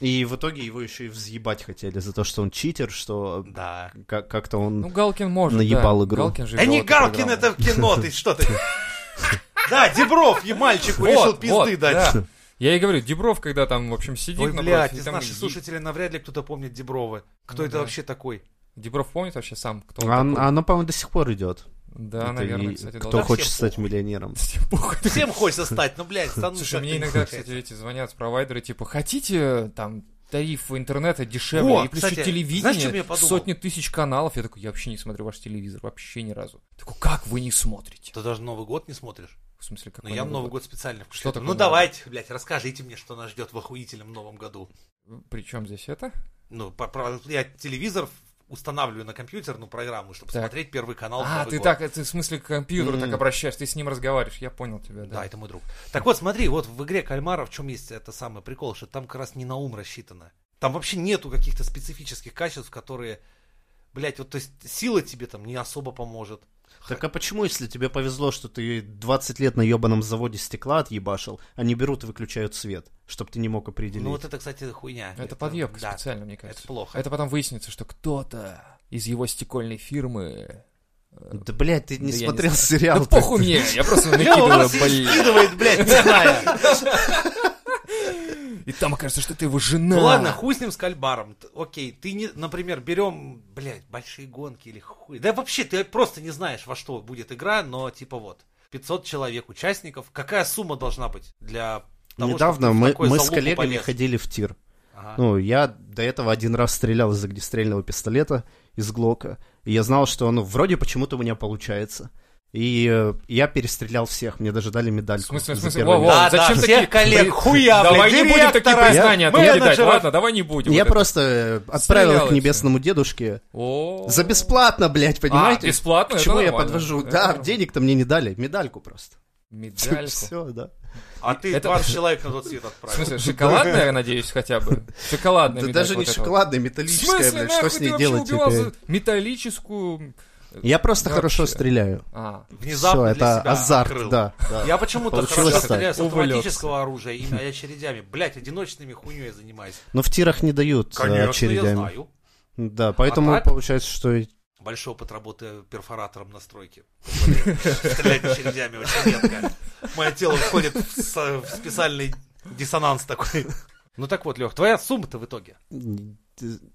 S3: И в итоге его еще и взъебать хотели за то, что он читер, что
S1: Да.
S3: ка- как-то он...
S2: Ну Галкин может,
S3: Наебал
S2: да.
S3: игру.
S2: Галкин же
S1: Да
S2: вел
S1: «Э, не
S2: эту
S1: Галкин
S2: программу.
S1: это в кино, ты что ты? Да, Дебров, и мальчику решил
S2: Вот, вот,
S1: пизды дать.
S2: да. Я и говорю, Дебров, когда там, в общем, сидит
S1: Ой,
S2: напротив,
S1: блядь,
S2: и
S1: из
S2: там
S1: наших
S2: и-
S1: слушателей навряд ли кто-то помнит Деброва. Кто
S2: Ну
S1: это
S2: да.
S1: вообще такой?
S2: Дебров помнит вообще сам, кто он
S3: А-
S2: Ну, такой?
S3: оно, по-моему, до сих пор идет.
S2: Да, наверное, кстати,
S3: кто
S2: должен.
S3: хочет
S1: Всем
S3: стать миллионером.
S2: Всем похуй.
S1: Всем хочется стать, ну, блядь, стану
S2: Слушай,
S1: как-то
S2: мне
S1: не
S2: иногда,
S1: получается.
S2: кстати, эти звонят провайдеры, типа, хотите там тариф интернета дешевле,
S1: О,
S2: и плюс еще
S1: кстати,
S2: телевидение,
S1: знаешь, что я подумал?
S2: сотни тысяч каналов. Я такой, я вообще не смотрю ваш телевизор, вообще ни разу. Такой, как вы не смотрите?
S1: Ты даже Новый год не смотришь?
S2: В смысле, как
S1: Ну, я в Новый год специально включаю.
S2: Что такое
S1: Ну,
S2: Новый
S1: давайте, блядь, расскажите мне, что нас ждет в охуительном Новом году.
S2: Причем здесь это?
S1: Ну, по- про- я телевизор устанавливаю на компьютер, ну, программу, чтобы
S2: Так.
S1: смотреть первый канал. в
S2: а,
S1: Новый
S2: ты
S1: год.
S2: так, это, в смысле, к компьютеру
S3: М.
S2: так обращаешься, ты с ним разговариваешь, я понял тебя, да.
S1: Да, это мой друг. Так вот, смотри, вот в игре Кальмара в чем есть это самый прикол, что там как раз не на ум рассчитано. Там вообще нету каких-то специфических качеств, которые, блядь, вот, то есть сила тебе там не особо поможет.
S3: Так а почему, если тебе повезло, что ты 20 лет на ебаном заводе стекла отъебашил, они берут и выключают свет, чтобы ты не мог определить?
S1: Ну, вот это, кстати, хуйня.
S2: а Это подъебка
S1: да,
S2: специально, мне кажется.
S1: Это плохо.
S2: Это потом выяснится, что кто-то из его стекольной фирмы... э,
S3: Да, блядь, ты не
S2: Да я не
S3: смотрел
S2: Да
S3: сериал. ты.
S2: похуй мне, я просто
S1: Лёва
S2: накидываю,
S1: вас
S2: блин.
S1: скидывает, блядь, не знаю.
S2: И там окажется, что ты его жена.
S1: Ну ладно, хуй с ним с кальбаром. Т- Окей, ты не, например, берем, блядь, большие гонки или хуй. Да вообще, ты просто не знаешь, во что будет игра, но типа вот, 500 человек, участников. Какая сумма должна быть для того, чтобы
S3: Недавно
S1: ты в
S3: мы,
S1: такой
S3: мы с
S1: залупу
S3: коллегами
S1: полез?
S3: ходили в тир.
S1: Ага.
S2: А.
S3: Ну, я до этого один раз стрелял из огнестрельного пистолета, из глока, и я знал, что, ну, вроде почему-то у меня получается. И э, я перестрелял всех, мне даже дали медальку.
S2: В смысле, в
S3: за
S2: смысле,
S3: первое
S2: во-во,
S1: Да,
S3: место.
S2: зачем
S1: да,
S2: такие
S1: всех коллег,
S2: при-
S1: хуя,
S2: Давай
S1: блядь,
S2: не будем такие
S1: директора,
S2: признания там кидать.
S1: менеджера.
S2: Ладно, давай не будем.
S3: Ну, Я
S2: вот это.
S3: просто э, отправил
S2: Стрелял
S3: их
S2: и
S3: к небесному дедушке.
S2: О.
S3: За бесплатно, блядь, понимаете?
S2: А, бесплатно?
S3: К
S2: Это
S3: чему я
S2: нормально.
S3: подвожу?
S2: Это
S3: Да,
S2: нормально.
S3: денег-то мне не дали, медальку просто.
S2: Медальку.
S3: Все, да.
S1: А ты
S2: Это-
S1: 20 человек на тот свет
S2: В
S1: отправил.
S2: смысле, шоколадная, я надеюсь, хотя бы? Шоколадная
S3: Да
S2: медалька
S3: даже не
S2: вот эта вот.
S3: шоколадная,
S2: В
S3: металлическая,
S2: смысле,
S3: блядь, что
S2: нахуй
S3: с
S2: ты
S3: ней
S2: вообще
S3: делать
S2: убивал
S3: теперь?
S2: за металлическую...
S3: Я просто
S2: Да
S3: хорошо
S2: вообще.
S3: стреляю.
S2: А,
S1: Внезапно
S3: Все,
S1: для
S3: это
S1: себя
S3: азарт,
S1: открыл.
S3: да. да.
S1: Я почему-то
S3: Получилось
S1: хорошо
S3: так.
S1: стреляю с
S2: Увлёкся.
S1: автоматического оружия и очередями. Блядь, одиночными хуйней занимаюсь.
S3: Но в тирах не дают э,
S1: Конечно, я
S3: очередями.
S1: знаю.
S3: Да, поэтому
S1: А так?
S3: получается, что и-
S1: большой опыт работы перфоратором на стройке. Стрелять очередями очень редко. Мое тело входит в с- в специальный диссонанс такой. Ну так вот, Лех, твоя сумма-то в итоге.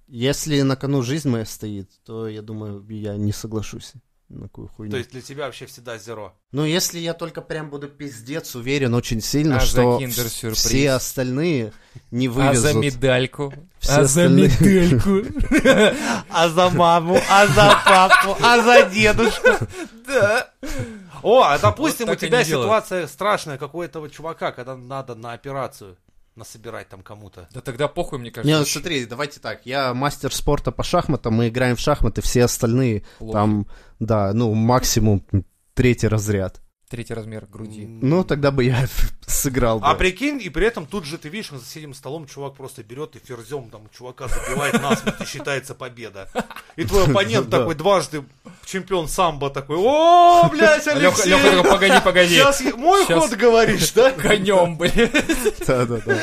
S3: если на кону жизнь моя стоит, то я думаю, я не соглашусь на такую хуйню.
S1: То есть для тебя вообще всегда зеро.
S3: Ну, если я только прям буду пиздец уверен очень сильно,
S2: А за
S3: что
S2: киндер-сюрприз?
S3: все остальные не
S2: а за
S3: вывезут.
S2: медальку?
S3: Все
S2: А за
S3: остальные.
S2: медальку?
S1: А за маму, а за папу, а за дедушку.
S2: Да.
S1: О, а допустим,
S2: Вот
S1: у
S2: так
S1: тебя
S2: они делают.
S1: ситуация страшная, как у этого чувака, когда надо на операцию. насобирать там кому-то.
S2: Да тогда похуй, мне
S3: Не,
S2: кажется.
S3: ну смотри, давайте так. Я мастер спорта по шахматам, мы играем в шахматы, все остальные
S2: Лох.
S3: там, да, ну, максимум третий разряд.
S2: Третий размер груди.
S3: Ну, тогда бы я сыграл бы.
S1: А прикинь, и при этом тут же ты видишь, за соседним столом чувак просто берет и ферзем там чувака забивает насмерть и считается победа. И твой оппонент
S3: Да.
S1: такой дважды чемпион самбо такой, о, блядь,
S2: Леха,
S1: Алексей,
S2: погоди, погоди.
S1: сейчас я- мой
S2: Щас.
S1: ход говоришь, да?
S2: Конем, блядь.
S3: Да-да-да.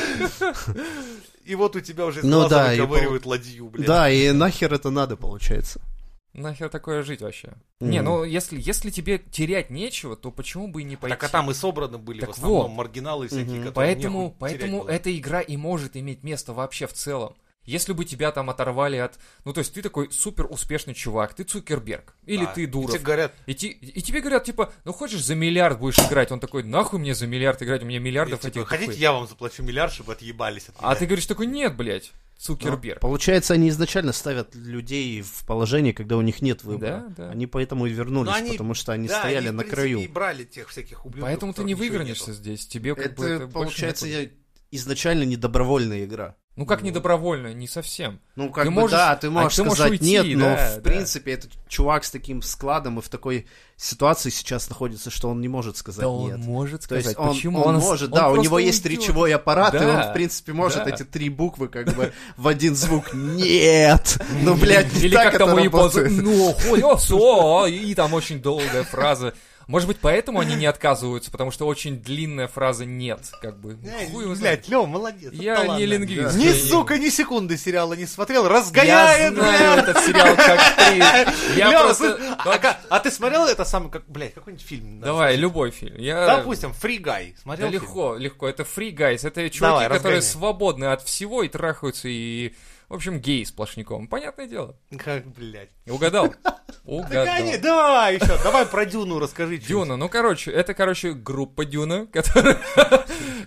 S1: И вот у тебя уже из
S3: Ну
S1: глаза
S3: да, и
S1: выковыривают ладью, блядь.
S3: Да, и нахер это надо, получается.
S2: Нахер такое жить вообще? Не,
S3: М.
S2: ну если, если тебе терять нечего, то почему бы и не пойти?
S1: Так а там и собраны были
S2: Так
S1: в основном
S2: вот.
S1: маргиналы всякие,
S3: Мгм.
S1: которые
S2: Поэтому,
S1: нехуй
S2: поэтому
S1: терять было.
S2: эта игра и может иметь место вообще в целом. Если бы тебя там оторвали от... Ну, то есть ты такой супер успешный чувак, ты Цукерберг, или
S1: Да.
S2: ты
S1: И
S2: Дуров.
S1: Тебе говорят,
S2: И, ти- и тебе говорят, типа, ну хочешь за миллиард будешь играть? Он такой, нахуй мне за миллиард играть, у меня миллиардов
S1: типа,
S2: этих...
S1: хотите,
S2: хуй».
S1: я вам заплачу миллиард, чтобы отъебались от
S2: А
S1: меня?»
S2: ты говоришь такой, нет, блядь,
S3: Ну,
S2: Цукерберг.
S3: Получается, они изначально ставят людей в положение, когда у них нет выбора.
S2: Да, да.
S3: Они поэтому и вернулись,
S1: Ну, они-
S3: потому что они
S1: Да, они,
S3: стояли
S1: в
S3: на
S1: принципе, и
S3: краю.
S1: брали тех всяких ублюдков.
S2: Поэтому ты
S1: которых
S2: не
S1: ничего
S2: вывернешься
S1: нету.
S2: здесь. Тебе как бы...
S3: Это,
S2: больше
S3: получается,
S2: некуда.
S3: я изначально недобровольная игра.
S2: Ну как
S3: Ну.
S2: недобровольно, не совсем.
S3: Ну, как
S2: Ты
S3: бы,
S2: можешь-
S3: да, ты можешь
S2: а ты можешь
S3: сказать
S2: уйти,
S3: нет, но,
S2: да, да.
S3: в принципе, этот чувак с таким складом и в такой ситуации сейчас находится, что он не может сказать
S2: Да
S3: нет.
S2: он может
S3: То
S2: сказать,
S3: есть он,
S2: почему
S3: он
S2: с-
S3: может,
S2: он
S3: да, у
S2: просто
S3: него есть
S2: уйдет.
S3: речевой аппарат, и он,
S2: Да,
S3: в принципе, может
S2: да.
S3: эти три буквы как бы в один звук «нет». Ну, блядь, не
S2: Или
S3: так
S2: как
S3: это
S2: там у японцев,
S3: работает.
S2: ну, хуй, о, со, и там очень долгая фраза. Может быть, поэтому они не отказываются, потому что очень длинная фраза «нет», как бы. Ну,
S1: Э,
S2: Хуй его знает.
S1: Блядь, Лёв, молодец.
S2: Я
S1: это ладно.
S2: не лингвист.
S1: Ни,
S2: я не-
S1: сука, ни секунды сериала не смотрел,
S2: Я
S1: разгоняет,
S2: знаю
S1: блядь.
S2: этот сериал как ты. Я
S1: Лёва,
S2: просто...
S1: слышь, а, как- а ты смотрел это самый, как, блядь, какой-нибудь фильм? да?
S2: Давай, любой фильм. Я...
S1: Допустим, Фригай.
S2: Да
S1: Смотрел фильм?
S2: легко, легко. Это free guys. Это чуваки, которые
S1: разгоняй.
S2: свободны от всего и трахаются, и... В общем, гей сплошняком. Понятное дело.
S1: Как, блядь.
S2: Угадал?
S1: Да,
S2: Угадал.
S1: давай еще, давай про Дюну расскажи. чуть.
S2: Дюна, ну короче, это, короче, группа Дюна, которая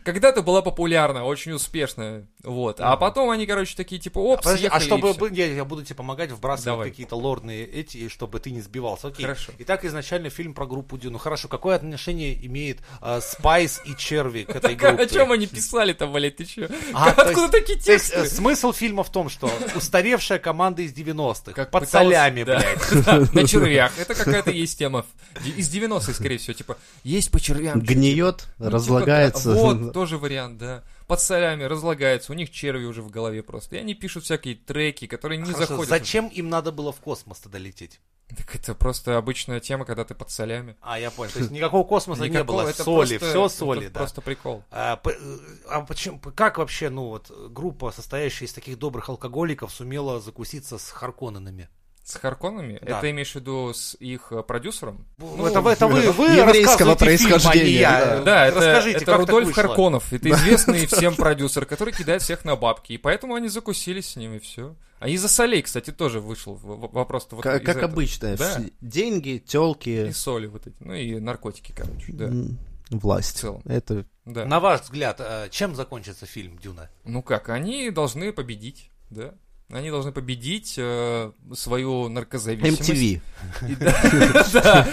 S2: когда-то была популярна, очень успешная, вот. А потом они, короче, такие, типа, оп,
S1: Подожди, а
S2: съехали и
S1: чтобы
S2: всё.
S1: бы- я, я буду тебе помогать вбрасывать
S2: Давай.
S1: какие-то лорные эти, и чтобы ты не сбивался. Окей.
S2: Хорошо.
S1: Итак, изначально фильм про группу Дюну. Хорошо, какое отношение имеет э, Спайс и Черви к этой группе?
S2: а О чем они писали-то, блядь, ты чё?
S1: А, то
S2: Откуда
S1: есть-
S2: такие
S1: То есть, э,
S2: тексты?
S1: смысл фильма в том, что устаревшая команда из 90-х,
S2: Как
S1: под
S2: пыталась-
S1: солями,
S2: да.
S1: блядь.
S2: На червях. Это какая-то есть тема. Из 90-х, скорее всего, типа, есть по червям.
S3: Гниет,
S2: Ну, типа,
S3: разлагается. ну,
S2: да, Вот, тоже вариант, да. Под солями разлагается, у них черви уже в голове просто. И они пишут всякие треки, которые не
S1: Хорошо,
S2: заходят.
S1: зачем им надо было в космос-то долететь?
S2: Так это просто обычная тема, когда ты под солями.
S1: А, я понял. То есть никакого космоса Ну, не
S2: Никакого,
S1: было.
S2: это
S1: Соли,
S2: просто-
S1: все соли,
S2: это
S1: да.
S2: Просто прикол.
S1: А, п- э, а почему, п- как вообще, ну вот, э, группа, состоящая из таких добрых алкоголиков, сумела закуситься с Харконненами?
S2: С Харконами?
S1: Да.
S2: Это имеешь в виду с их э, продюсером?
S1: Ну, это, вы- это вы, вы
S3: еврейского
S1: рассказываете
S3: происхождения,
S1: фильм, а не я.
S3: Да,
S2: Да, это,
S1: Расскажите,
S2: это
S1: как
S2: Рудольф
S1: так вышло?
S2: Харконов. Это известный всем продюсер, который кидает всех на бабки. И поэтому они закусились с ними, все. А из-за солей, кстати, тоже вышел в- в- вопрос. вот
S3: Как,
S2: из
S3: как
S2: этого.
S3: обычно,
S2: Да.
S3: вс- деньги,
S2: И
S3: телки,
S2: соли вот эти. Ну и наркотики, короче, да. В
S3: власть.
S2: целом.
S3: Это
S2: да.
S1: На ваш взгляд, э, чем закончится фильм «Дюна»?
S2: Ну как, они должны победить, да. Они должны победить э, свою наркозависимость.
S3: MTV.
S2: И Да, да.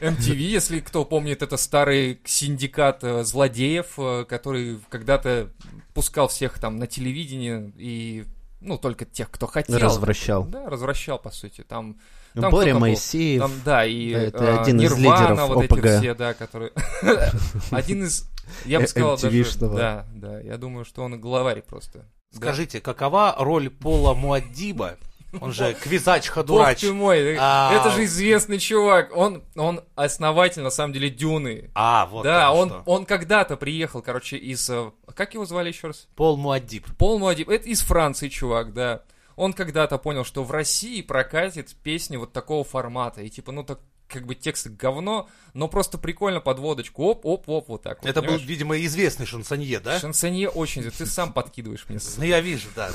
S2: MTV, если кто помнит, это старый синдикат э, злодеев, э, который когда-то пускал всех там на телевидение и, ну, только тех, кто хотел.
S3: Развращал.
S2: Да, развращал, по сути. Там, там
S3: Боря
S2: кто-то был.
S3: Моисеев.
S2: там да, и э,
S3: да, это один из
S2: Нирвана,
S3: лидеров
S2: вот эти
S3: ОПГ.
S2: все, да, которые... Один из, я бы
S3: Э,
S2: сказал, даже...
S3: MTV-шного.
S2: Да, да, я думаю, что он главарь просто. Да.
S1: Скажите, какова роль Пола Муаддиба, он же Квизач
S2: Бог
S1: Хадурач?
S2: ты мой, э,
S1: А.
S2: это же известный чувак. Он, он основатель, на самом деле, Дюны.
S1: А, вот
S2: да,
S1: оно
S2: он,
S1: что.
S2: он когда-то приехал, короче, из... э, Как его звали еще раз?
S1: Пол Муаддиб.
S2: Пол Муадиб. Это из Франции, чувак, да. Он когда-то понял, что в России прокатит песни вот такого формата. И типа, ну так как бы текст говно, но просто прикольно под водочку. Оп-оп-оп, вот так. вот,
S1: Это был,
S2: понимаешь?
S1: видимо, известный шансонье, да?
S2: Шансонье очень... Ты сам подкидываешь мне.
S1: Ну, я вижу, да.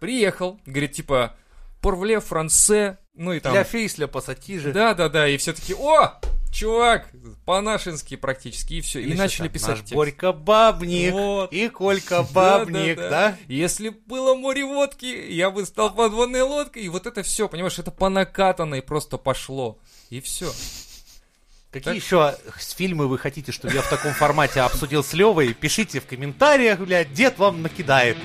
S2: Приехал, говорит, типа, порвле франце, ну и там...
S1: Для фейсля, пассатижи.
S2: Да, да, да, и все таки о, чувак, по-нашенски практически, и все, и
S1: Или что
S2: начали
S1: там,
S2: писать
S1: Наш
S2: текст.
S1: Борька Бабник
S2: Вот.
S1: и Колька Бабник, да?
S2: Если б было море водки, я бы стал подводной лодкой, и вот это все, понимаешь, это по накатанной просто пошло, и все.
S1: Какие
S2: Так.
S1: еще фильмы вы хотите, чтобы я в таком формате обсудил с Левой? Пишите в комментариях, блядь, дед вам накидает.